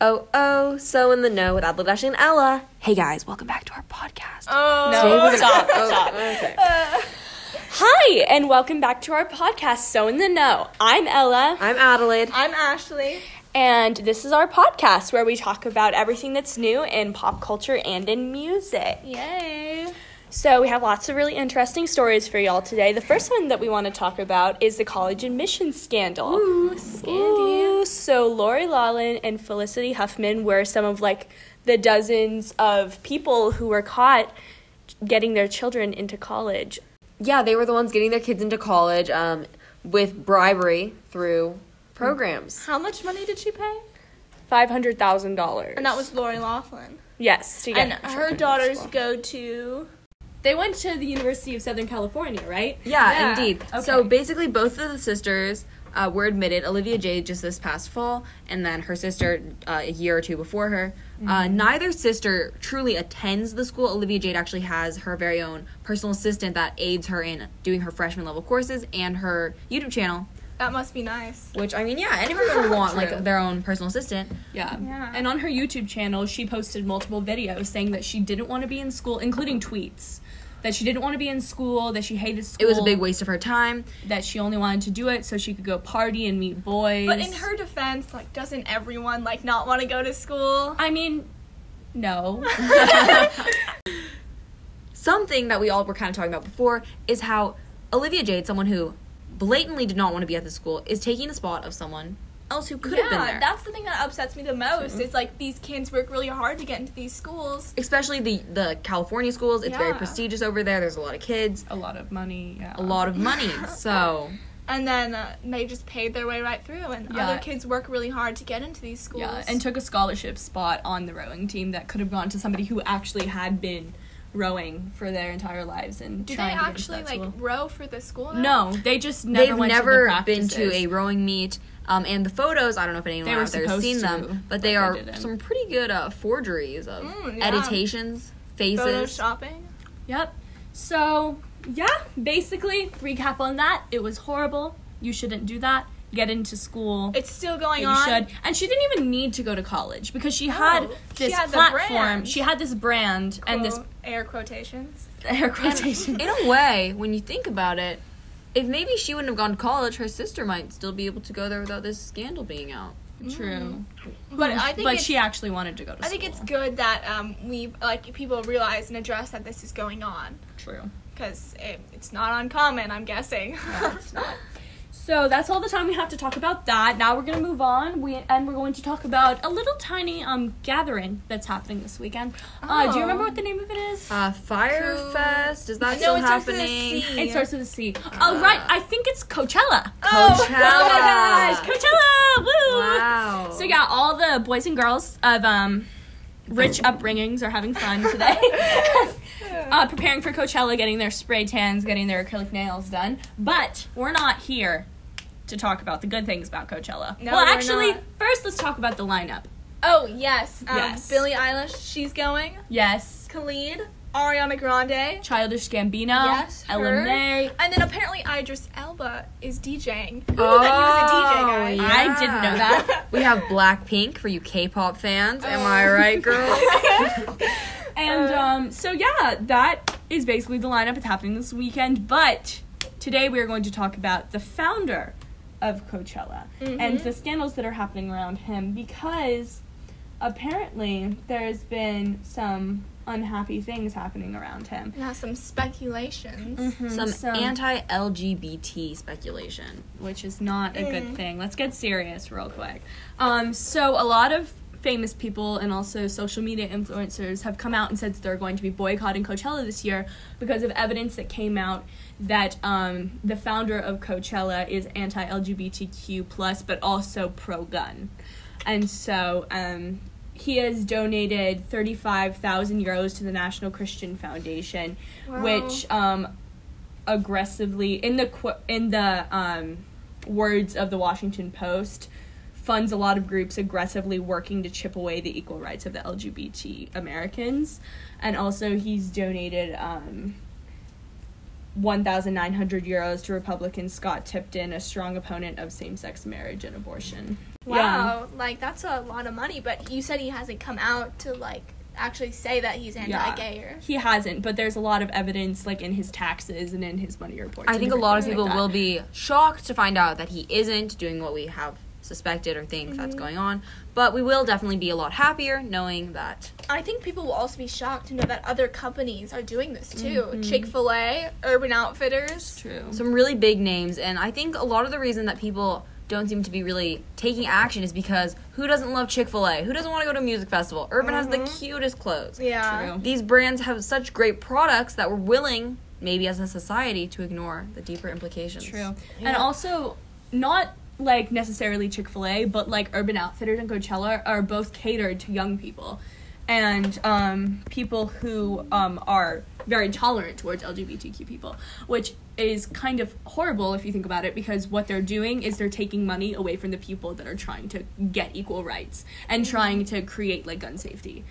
Oh, oh, so in the know with Adler Dashing and Ella. Hey guys, welcome back to our podcast. Oh. Today we're No, gonna- stop, stop. Okay. Hi, and welcome back to our podcast, So in the Know. I'm Ella, I'm Adelaide. I'm Ashley. and this is our podcast where we talk about everything that's new in pop culture and in music. Yay. So, we have lots of really interesting stories for y'all today. The first one that we want to talk about is the college admissions scandal. Ooh, Scandy. Ooh, so Lori Laughlin and Felicity Huffman were some of like the dozens of people who were caught getting their children into college. Yeah, they were the ones getting their kids into college um, with bribery through programs. How much money did she pay? Five hundred thousand dollars. And that was Lori Laughlin. yes, to get and uh, her daughters go to. They went to the University of Southern California, right? Yeah, Yeah. indeed. So basically, both of the sisters uh, were admitted. Olivia Jade just this past fall, and then her sister uh, a year or two before her. Uh, Mm-hmm. neither sister truly attends the school. Olivia Jade actually has her very own personal assistant that aids her in doing her freshman level courses and her YouTube channel. That must be nice. Which I mean, yeah, anyone would want like their own personal assistant. Yeah. Yeah. And on her YouTube channel, she posted multiple videos saying that she didn't want to be in school, including tweets. That she didn't want to be in school, that she hated school. It was a big waste of her time. That she only wanted to do it so she could go party and meet boys. But in her defense, like, doesn't everyone, like, not want to go to school? I mean, no. something that we all were kind of talking about before is how Olivia Jade, someone who blatantly did not want to be at the school, is taking the spot of someone else who could yeah, have been there. that's the thing that upsets me the Mm-hmm. most. Is like these kids work really hard to get into these schools. Especially the the California schools. It's very Yeah. prestigious over there. There's a lot of kids, a lot of money. Yeah. a lot of money. So And then uh, they just paid their way right through, and Yeah. other kids work really hard to get into these schools. Yeah. And took a scholarship spot on the rowing team that could have gone to somebody who actually had been rowing for their entire lives and do they trying actually to get like into that school. row for the school? now? No, they just never they've went never to the been to a practices. rowing meet. Um, and the photos, I don't know if anyone They were out there has supposed seen to, them, but but they they are didn't. some pretty good uh, forgeries of Mm, yeah. editations, faces. photoshopping. Yep. So, yeah, basically, recap on that. It was horrible. You shouldn't do that. Get into school. It's still going you on. should. And she didn't even need to go to college because she had she this had the platform. brand. She had this brand and this Quote, air quotations. air quotation. in a way, when you think about it, if maybe she wouldn't have gone to college, her sister might still be able to go there without this scandal being out. Mm. True. But I think but it's, she actually wanted to go to I school. think it's good that um, we like people realize and address that this is going on true. because it, it's not uncommon. I'm guessing. Oh, it's not. So that's all the time we have to talk about that. Now we're gonna move on. We and we're going to talk about a little tiny um gathering that's happening this weekend. Uh, do you Oh. remember what the name of it is? Uh, Firefest is that still no, it starts with a happening? C. It starts with a C. Oh, right. I think it's Coachella. Oh. Oh my gosh. Coachella. Coachella. Woo. Wow. So, yeah, all the boys and girls of um, rich upbringings are having fun today. uh, preparing for Coachella, getting their spray tans, getting their acrylic nails done. But we're not here to talk about the good things about Coachella. No, well, we're actually, not. first let's talk about the lineup. Oh yes, um, Yes. Billie Eilish, she's going. Yes. Khalid, Ariana Grande, Childish Gambino, Yes, Ella her. May. and then apparently Idris Elba is DJing. Ooh, Oh, that he was a DJ guy. yeah. I didn't know that. We have Blackpink for you K-pop fans. Am I right, girls? And um, so yeah, that is basically the lineup. It's happening this weekend, but today we are going to talk about the founder of Coachella and the scandals that are happening around him because apparently there's been some unhappy things happening around him. Now some speculations. Some So- anti-LGBT speculation. which is not a good thing. Let's get serious real quick. Um, so a lot of famous people and also social media influencers have come out and said that they're going to be boycotting Coachella this year because of evidence that came out that um, the founder of Coachella is anti-LGBTQ plus, but also pro-gun, and so. Um, he has donated 35,000 euros to the National Christian Foundation, Wow. which um, aggressively in the qu- in the um, words of the Washington Post funds a lot of groups aggressively working to chip away the equal rights of the LGBT Americans, and also he's donated. Um, 1,900 euros to Republican Scott Tipton, a strong opponent of same sex marriage and abortion. Wow, like that's a lot of money. But you said he hasn't come out to like actually say that he's anti-gay. Or, He hasn't, but there's a lot of evidence, like in his taxes and in his money reports. I and think a lot of different people things will like be shocked to find out that he isn't doing what we have suspected or think that's going on. But we will definitely be a lot happier knowing that. I think people will also be shocked to know that other companies are doing this too. Mm-hmm. Chick Fil A, Urban that. Outfitters. True. Some really big names, and I think a lot of the reason that people don't seem to be really taking action is because who doesn't love Chick fil A? Who doesn't want to go to a music festival? Urban has the cutest clothes. Mm-hmm. Yeah. True. These brands have such great products that we're willing, maybe as a society, to ignore the deeper implications. True. And also, not like necessarily Chick fil A, but like Urban Outfitters and Coachella are both catered to young people and um, people who um, are very tolerant towards LGBTQ people, which is kind of horrible if you think about it because what they're doing is they're taking money away from the people that are trying to get equal rights and trying to create like gun safety.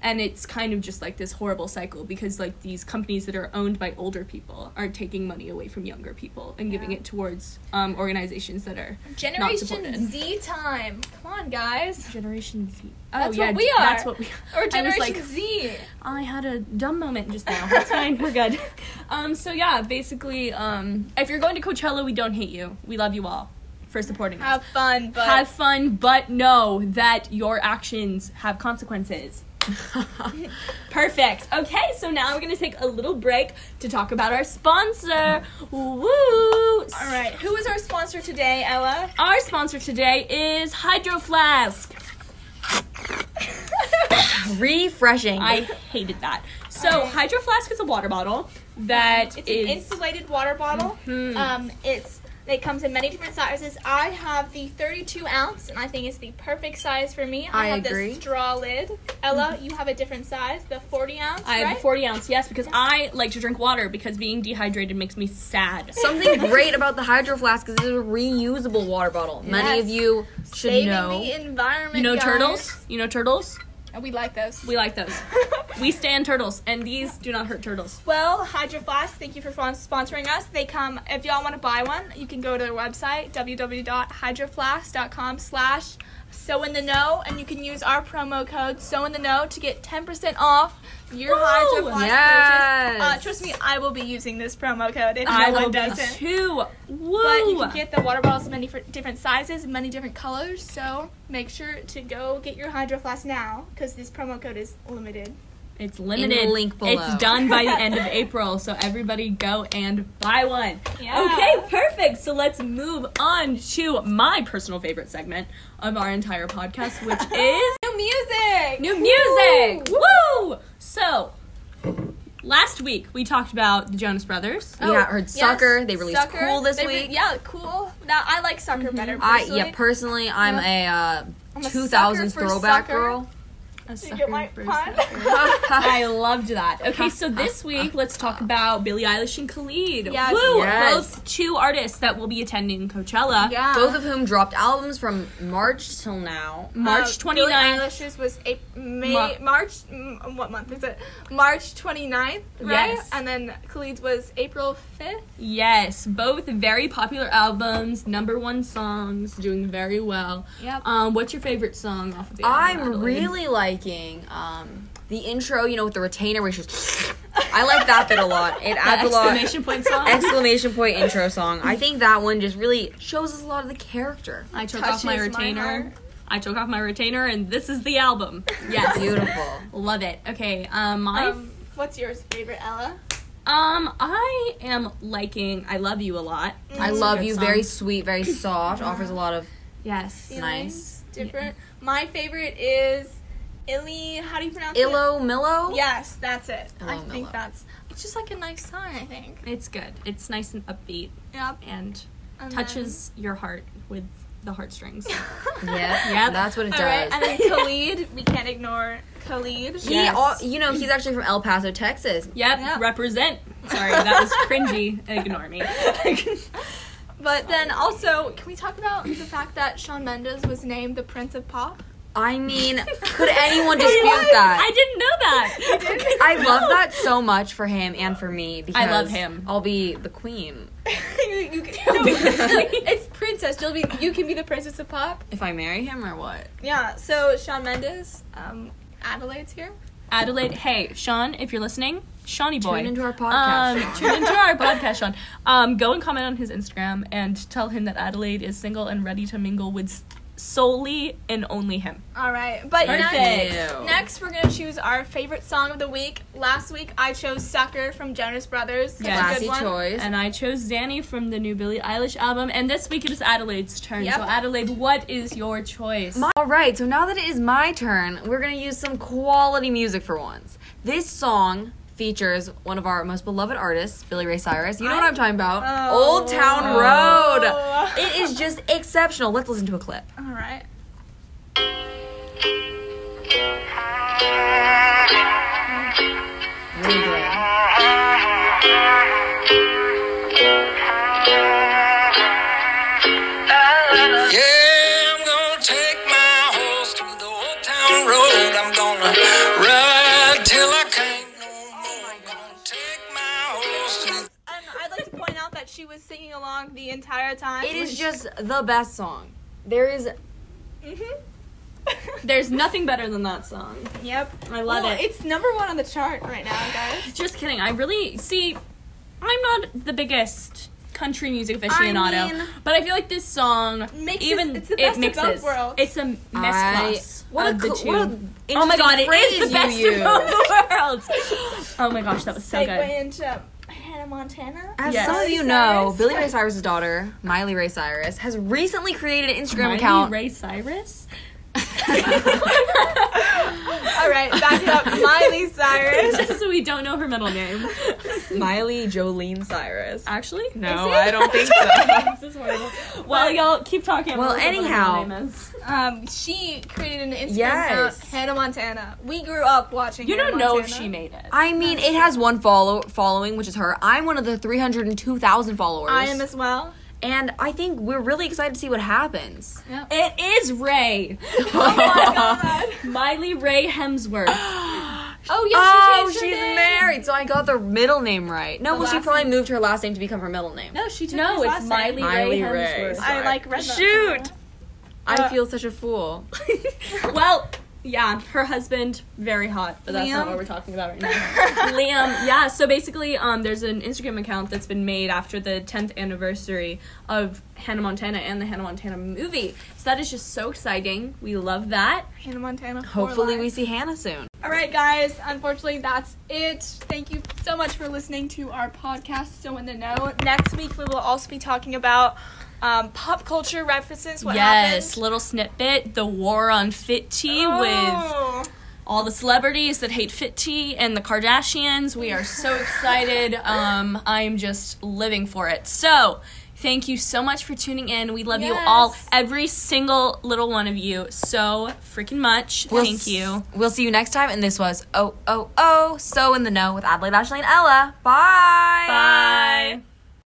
And it's kind of just like this horrible cycle because like these companies that are owned by older people are taking money away from younger people and giving Yeah. it towards um, organizations that are not Generation supported. Z time. Come on, guys. Generation Z. Oh That's yeah, what we that's are. what we are. Or I was Generation like- Z. I had a dumb moment just now. It's fine. We're good. Um, so yeah, basically, um, if you're going to Coachella, we don't hate you. We love you all for supporting us. Have fun, but Have fun, but know that your actions have consequences. Perfect. Okay, so now we're gonna take a little break to talk about our sponsor. Woo! All all right. Who is our sponsor today, Ella? Um, Our sponsor today is Hydro Flask. Refreshing. I hated that. So Hydro Flask is a water bottle that is- It's Mm-hmm. an insulated water bottle. Um, it's it comes in many different sizes. I have the 32 ounce, and I think it's the perfect size for me. I, I have agree. the straw lid. Ella, you have a different size, the 40 ounce, I have right? a 40 ounce, yes, because I like to drink water because being dehydrated makes me sad. Something great about the Hydro Flask is it's a reusable water bottle. Many of Yes. you should Saving know. the environment. You know guys. turtles? You know turtles? Oh, we like those. We like those. We stand turtles, and these do not hurt turtles. Well, Hydro Flask, thank you for fon- sponsoring us. They come, if y'all want to buy one, you can go to their website, www.hydroflask.com slash so in the know, and you can use our promo code so in the know to get 10% off your Woo! Hydro Flask Yes. purchase. Uh, trust me, I will be using this promo code if I no will one be doesn't. too. Woo! But you can get the water bottles in many fr- different sizes, many different colors, so make sure to go get your Hydro Flask now, because this promo code is limited. it's limited. the link below. It's done by the end of April, so everybody go and buy one. Yeah. Okay, perfect. So let's move on to my personal favorite segment of our entire podcast, which is New music! New music! Woo! So, last week we talked about the Jonas Brothers. Yeah, I heard Sucker. They released Oh, Sucker. Cool this They re- week. yeah, cool. Now Mm-hmm. I like Sucker better. I Personally. yeah, personally, I'm a I'm uh, a 2000s sucker for throwback sucker. girl. A Did sucker you get my for pun? sucker. I loved that. Okay, so this week let's talk about Billie Eilish and Khalid. Yes. Woo! Yes. Both two artists that will be attending Coachella. yeah. Both of whom dropped albums from March till now. March Uh, 29th. Billie Eilish's was April, May, Mar- March. mm, What month is it? March 29th, right? Yes. And then Khalid's was April 5th. Yes, both very popular albums, number one songs, doing very well. Yep. Um, what's your favorite song off of the album? I'm Adeline? really liking um, the intro, you know, with the retainer where she's I like that bit a lot. It The adds a lot. exclamation point song. Exclamation point intro song. I think that one just really shows us a lot of the character. I took off my Touches my retainer. heart. I took off my retainer, and this is the album. Yes. Beautiful. Love it. Okay, um, my um, Um, what's yours, favorite Ella? I am liking "I Love You" a lot. I It's a love good you. song. Very sweet, very soft. Offers a lot of yes. Nice. Different. My favorite is Illy. How do you pronounce it? illo millo. Yes, that's it. Illo I think Milo. that's. It's just like a nice song. I think. It's good. It's nice and upbeat Yep. and And touches your heart with the heartstrings. then- Yeah, Yep. that's what it All does. right, and then Khalid, we can't ignore Khalid. He, Yes. al- you know, he's actually from El Paso, Texas. Yep. Yep. Represent. Sorry, that was cringy. Ignore me. But then also, can we talk about the fact that Sean Mendes was named the Prince of Pop? I mean, could anyone dispute I that? didn't know that. I love that so much for him and for me because love him. I'll be the queen you, you can, no, it's princess. You'll be, you can be the princess of pop. if I marry him or what. Yeah. So Sean Mendes, um, Adelaide's here. Adelaide, hey, Sean, if you're listening, Shawnee boy. Tune into our Um, podcast. tune into our podcast, Sean. Um, go and comment on his Instagram and tell him that Adelaide is single and ready to mingle with s- solely and only him. All right, but Perfect. next, next we're gonna choose our favorite song of the week. Last week I chose "Sucker" from Jonas Brothers. Such Yes. a good Classy one. choice. And I chose Zanny from the new Billie Eilish album, and this week it is Adelaide's turn. Yep. So, Adelaide, what is your choice? My- All right, so now that it is my turn, we're gonna use some quality music for once. This song features one of our most beloved artists, Billy Ray Cyrus. You know what I'm talking about? Oh. Old Town Road. It is just exceptional. Let's listen to a clip. All right. Really good. Yeah, I'm gonna take my horse to the old town road. I'm gonna ride till I can't no more. I'm gonna take my horse to Um, I'd like to point out that she was singing along the entire time. It is just the best song. There is Mm-hmm. There's nothing better than that song. yep. I love Well, it. It's number one on the chart right now, guys. Just kidding. I really see. I'm not the biggest country music aficionado, mean- but I feel like this song Mixes- even it's the it best of mixes. both worlds. It's a mess I- class. what of a, the cl- two. what a oh my god! It interesting is the phrase best you of both worlds. Oh my gosh, that was so good. Segue into Hannah Montana. As Yes. some of Miley you know, Cyrus. Billy Ray Cyrus' daughter, Miley Ray Cyrus, has recently created an Instagram Miley account. Ray Cyrus. All right, back it up. Miley Cyrus. so we don't know her middle name. Miley Jolene Cyrus. Actually, No, I don't think so. This is horrible. Well, y'all keep talking. I'm Well, gonna look up what her anyhow. middle name is. Um, she created an Instagram Yes. account, Hannah Montana. We grew up watching. you Hannah don't know if Montana. she made it. I mean, it has one follow following, which is her. I'm one of the 302,000 followers. I am as well. and I think we're really excited to see what happens. It is Ray. Oh, Miley Ray Hemsworth. Oh yes, oh, she changed her she's name. married, so I got the middle name right. No, well, she last probably moved her last name to become her middle name. No, she took his No, last it's Miley, name. Ray Ray Hemsworth. Hemsworth. I like red. Shoot. I Uh, feel such a fool. well, yeah, her husband very hot, but that's Liam? not what we're talking about right now. Liam, yeah. So basically, um, there's an Instagram account that's been made after the 10th anniversary of Hannah Montana and the Hannah Montana movie. So that is just so exciting. We love that. Hannah Montana. for Hopefully, life. we see Hannah soon. All right, guys. Unfortunately, that's it. Thank you so much for listening to our podcast. So in the know, next week we will also be talking about um, pop culture references. What yes, happened? little snippet, the war on fit tea with Oh. all the celebrities that hate fit tea and the Kardashians. We are so excited. Um, I'm just living for it. So, thank you so much for tuning in. We love you all, Yes. every single little one of you, so freaking much. thank you. We'll see you next time. And this was Oh, Oh, Oh, So in the Know with Adelaide, Ashley, and Ella. Bye. Bye.